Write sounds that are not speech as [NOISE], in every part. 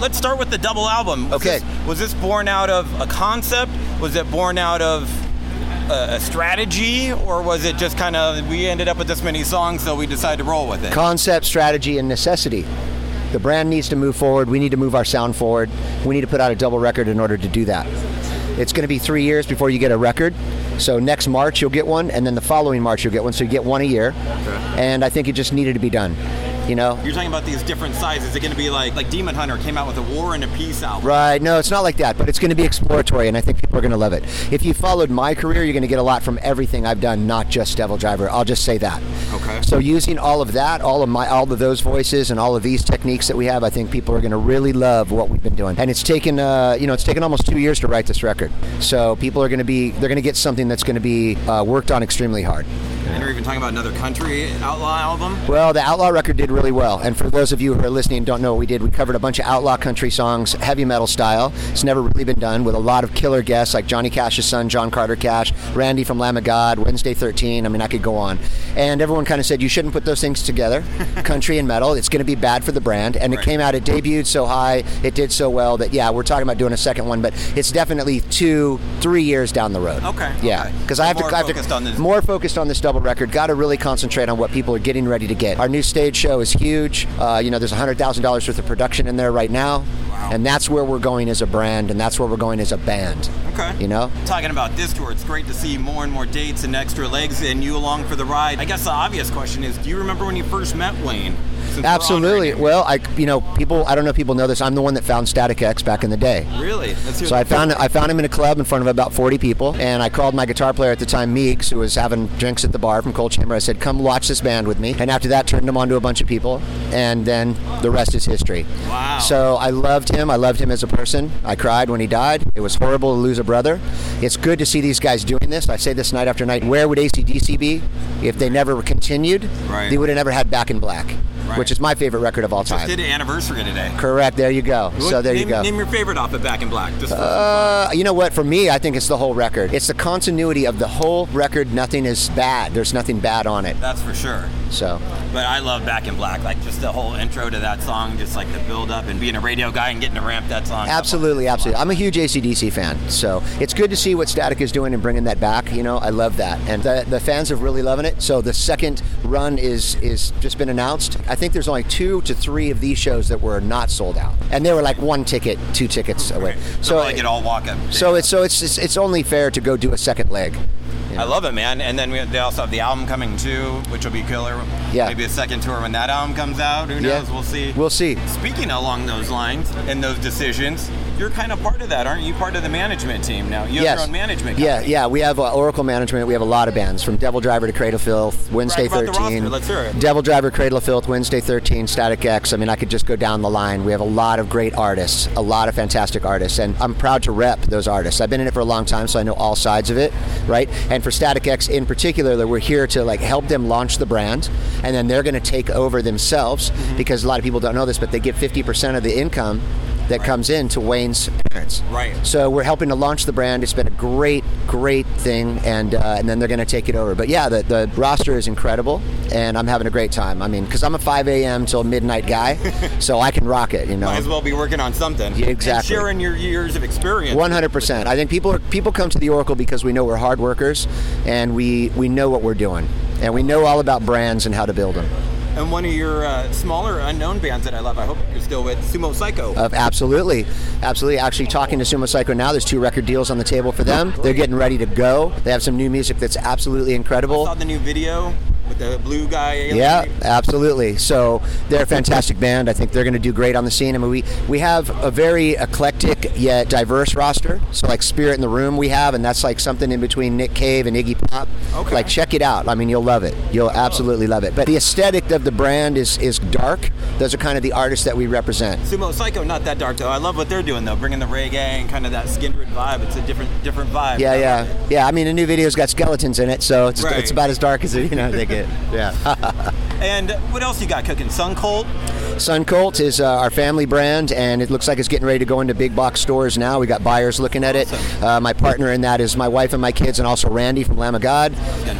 let's start with the double album. Was Okay. This, was this born out of a concept? Was it born out of a, a strategy, or was it just kind of we ended up with this many songs, so we decided to roll with it? Concept, strategy, and necessity. The brand needs to move forward. We need to move our sound forward. We need to put out a double record in order to do that. It's going to be three years before you get a record. So next March you'll get one, and then the following March you'll get one. So you get one a year. And I think it just needed to be done. You know, You're talking about these different sizes. Is it going to be like like Demon Hunter came out with a War and a Peace album? Right. No, it's not like that, but it's going to be exploratory, and I think people are going to love it. If you followed my career, you're going to get a lot from everything I've done, not just Devil Driver. I'll just say that. Okay. So using all of that, all of my, all of those voices, and all of these techniques that we have, I think people are going to really love what we've been doing. And it's taken, uh, you know, it's taken almost two years to write this record. So people are going to be, they're going to get something that's going to be uh, worked on extremely hard. And we're even talking about another country outlaw album. Well, the Outlaw record did really well. And for those of you who are listening and don't know what we did, we covered a bunch of Outlaw country songs, heavy metal style. It's never really been done with a lot of killer guests like Johnny Cash's son, John Carter Cash, Randy from Lamb of God, Wednesday 13. I mean, I could go on. And everyone kind of said, you shouldn't put those [LAUGHS] things together, country and metal. It's going to be bad for the brand. And it Right. came out, it debuted so high, it did so well that, yeah, we're talking about doing a second one, but it's definitely two, three years down the road. Okay, Yeah. okay. Because I have More to, I have to- focused on this- more focused on this double record. Got to really concentrate on what people are getting ready to get. Our new stage show is huge. Uh, you know, there's hundred thousand dollars worth of production in there right now, and that's where we're going as a brand, and that's where we're going as a band. Okay. You know, Talking about this tour, it's great to see more and more dates and extra legs and you along for the ride. I guess the obvious question is, do you remember when you first met Wayne? Since we're honoring absolutely. him. Well, I, you know, people. I don't know if people know this. I'm the one that found Static X back in the day. Really? Let's hear So I found I found him in a club in front of about 40 people, and I called my guitar player at the time, Meeks, who was having drinks at the bar from Cold Chamber. I said, "Come watch this band with me." And after that, turned him on to a bunch of people, and then the rest is history. Wow. So I loved him. I loved him as a person. I cried when he died. It was horrible to lose a brother. It's good to see these guys doing this. I say this night after night. Where would ACDC be if they never continued? Right. They would have never had Back in Black, Right. which is my favorite record of all just time. did an anniversary today. Correct. There you go. so there name, you go. Name your favorite off of Back in Black. Just for- Uh, you know what? For me, I think it's the whole record. It's the continuity of the whole record. Nothing is bad. There's nothing bad on it. that's for sure. So, But I love Back in Black. Like just the whole intro to that song, just like the build up and being a radio guy and getting to ramp that song. up. absolutely, absolutely. I'm a huge ACDC fan. So, it's good to see what Static is doing and bringing that back. You know, I love that. And the, the fans have really loving it. So, the second run is is just been announced. I think there's only two to three of these shows that were not sold out. And they were like one ticket, two tickets away. So, like it all walk up. so it's so it's, it's it's only fair to go do a second leg. I love it, man. And then we, they also have the album coming too, which will be killer. Yeah. Maybe a second tour when that album comes out. Who knows? We'll see. We'll see. Speaking along those lines and those decisions, you're kind of part of that, aren't you? Part of the management team now. You have your own management. Yeah, company. yeah. We have uh, Oracle Management. We have a lot of bands from Devil Driver to Cradle of Filth, Wednesday about the 13. roster. Let's hear it. Devil Driver, Cradle of Filth, Wednesday 13, Static X. I mean, I could just go down the line. We have a lot of great artists, a lot of fantastic artists, and I'm proud to rep those artists. I've been in it for a long time, so I know all sides of it, right? And for Static X in particular, we're here to like help them launch the brand, and then they're going to take over themselves Mm-hmm. because a lot of people don't know this, but they give 50% of the income that comes in to Wayne's parents. Right. So we're helping to launch the brand. It's been a great, great thing, and uh, and then they're going to take it over. But yeah, the, the roster is incredible, and I'm having a great time. I mean, because I'm a 5 a.m. till [LAUGHS] midnight guy, so I can rock it. You know, Might as well be working on something. Yeah, exactly. And sharing your years of experience. 100%. I think people are, people come to the Oracle because we know we're hard workers, and we we know what we're doing, and we know all about brands and how to build them. And one of your uh, smaller unknown bands that I love. I hope you're still with Sumo Psycho. Of Uh, absolutely, absolutely. Actually, talking to Sumo Psycho now. There's two record deals on the table for them. They're getting ready to go. They have some new music that's absolutely incredible. Saw the new video with the blue guy. alien Yeah, lady. absolutely. So they're a fantastic band. I think they're going to do great on the scene. I mean, we we have a very eclectic yet diverse roster. So like Spirit in the Room we have, and that's like something in between Nick Cave and Iggy Pop. Okay. Like check it out. I mean, you'll love it. You'll absolutely love it. But the aesthetic of the brand is is dark. Those are kind of the artists that we represent. Sumo Psycho, not that dark though. I love what they're doing though, bringing the reggae and kind of that Skindred vibe. It's a different different vibe. Yeah, yeah, yeah. I mean, the new video's got skeletons in it, so it's, Right. it's about as dark as it, you know they get. Yeah. And what else you got cooking? Sun Colt? Sun Colt is uh, our family brand, and it looks like it's getting ready to go into big box stores now. We got buyers looking at it. Uh, my partner in that is my wife and my kids, and also Randy from Lamb of God,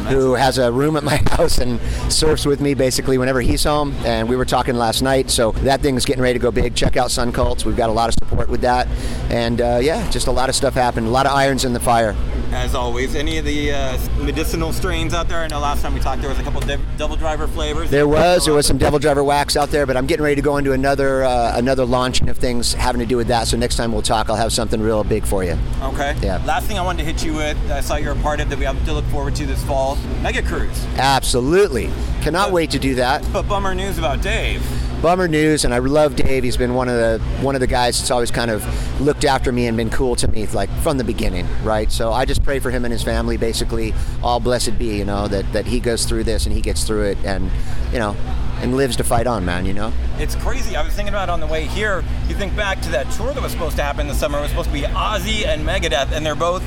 who has a room at my [LAUGHS] house and surfs with me basically whenever he's home. And we were talking last night, so that thing is getting ready to go big. Check out Sun Cults. We've got a lot of support with that, and uh, yeah, just a lot of stuff happened. A lot of irons in the fire. As always, any of the uh, medicinal strains out there? I know last time we talked, there was a couple dev- Devil Driver flavors. There was there was some Devil Driver wax out there, but I'm getting ready to go into another uh, another launching of things having to do with that. So next time we'll talk, I'll have something real big for you. Okay. Yeah. Last thing I wanted to hit you with, I saw you're a part of that we have to look forward to this fall, Mega Cruise. Absolutely, cannot wait to do that. But bummer news about Dave. Bummer news, and I love Dave. He's been one of the one of the guys that's always kind of looked after me and been cool to me, like from the beginning, right? So I just pray for him and his family, basically. All blessed be, you know, that that he goes through this and he gets through it, and you know, and lives to fight on, man. You know. It's crazy. I was thinking about it on the way here. You think back to that tour that was supposed to happen this summer. It was supposed to be Ozzy and Megadeth, and they're both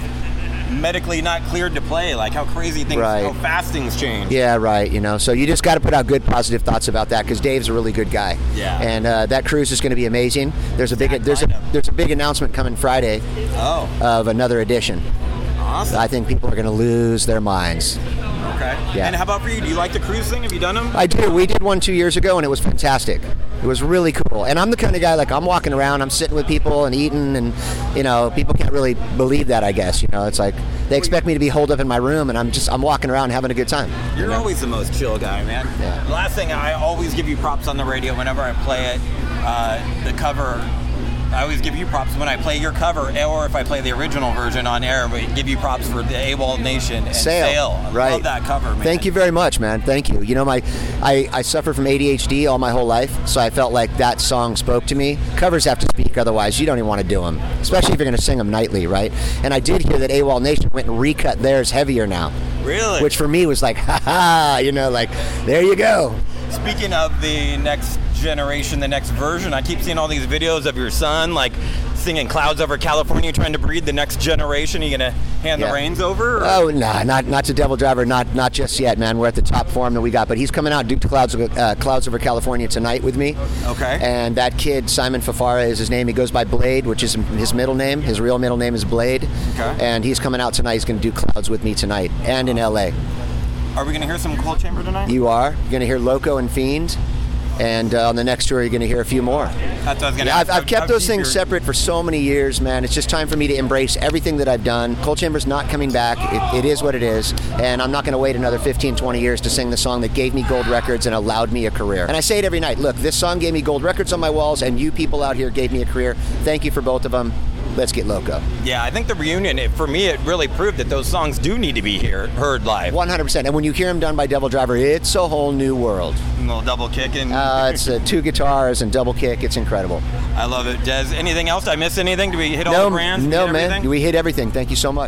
medically not cleared to play. Like how crazy things, Right. how fast things change. Yeah, right. You know, so you just got to put out good, positive thoughts about that because Dave's a really good guy. Yeah. And uh, that cruise is going to be amazing. There's a big That there's a lineup. there's a big announcement coming Friday Oh, of another edition. awesome. I think people are going to lose their minds. Okay. Yeah. And how about for you? Do you like the cruise thing? Have you done them? I do. We did one two years ago, and it was fantastic. It was really cool. And I'm the kind of guy like I'm walking around, I'm sitting with people and eating, and you know, people can't really believe that. I guess you know, it's like they expect me to be holed up in my room, and I'm just I'm walking around having a good time. you You're know? always the most chill guy, man. Yeah. The Last thing, I always give you props on the radio whenever I play it. Uh, the cover, I always give you props when I play your cover, or if I play the original version on air. We give you props for the AWOL Nation and Sale, I right. love that cover, man. Thank you very much, man. Thank you. You know, my I, I suffer from ADHD all my whole life, so I felt like that song spoke to me. Covers have to speak, otherwise you don't even want to do them, especially if you're going to sing them nightly, right? And I did hear that AWOL Nation went and recut theirs heavier now, Really. [LAUGHS] which for me was like, ha ha, you know, like there you go. Speaking of the next generation, the next version, I keep seeing all these videos of your son like singing "Clouds Over California," trying to breed the next generation. Are you gonna hand Yeah. the reins over? or- Oh no, not not to Devil Driver, not not just yet, man. We're at the top form that we got, but he's coming out Duke to Clouds uh, Clouds over California tonight with me. Okay. And that kid Simon Fafara is his name. He goes by Blade, which is his middle name. His real middle name is Blade. Okay. And he's coming out tonight. He's going to do Clouds with me tonight, and in L.A. Are we gonna hear some Cold Chamber tonight? You are you're going to hear Loco and Fiend, and uh, on the next tour you're going to hear a few more. That's what I was gonna. Yeah, I've, ask. I've kept How those deep things your- separate for so many years, man. It's just time for me to embrace everything that I've done. Cold Chamber's not coming back. It, it is what it is. And I'm not going to wait another 15, 20 years to sing the song that gave me gold records and allowed me a career. And I say it every night look, this song gave me gold records on my walls, and you people out here gave me a career. Thank you for both of them. Let's get loco. Yeah, I think the reunion, it, for me, it really proved that those songs do need to be here, heard live. 100%. And when you hear them done by Devil Driver, it's a whole new world. A little double kick, and Uh, it's uh, two guitars and double kick. It's incredible. I love it. Does anything else? Did I miss anything? Do we hit all the No, brands? no Hit man. everything? We hit everything. Thank you so much.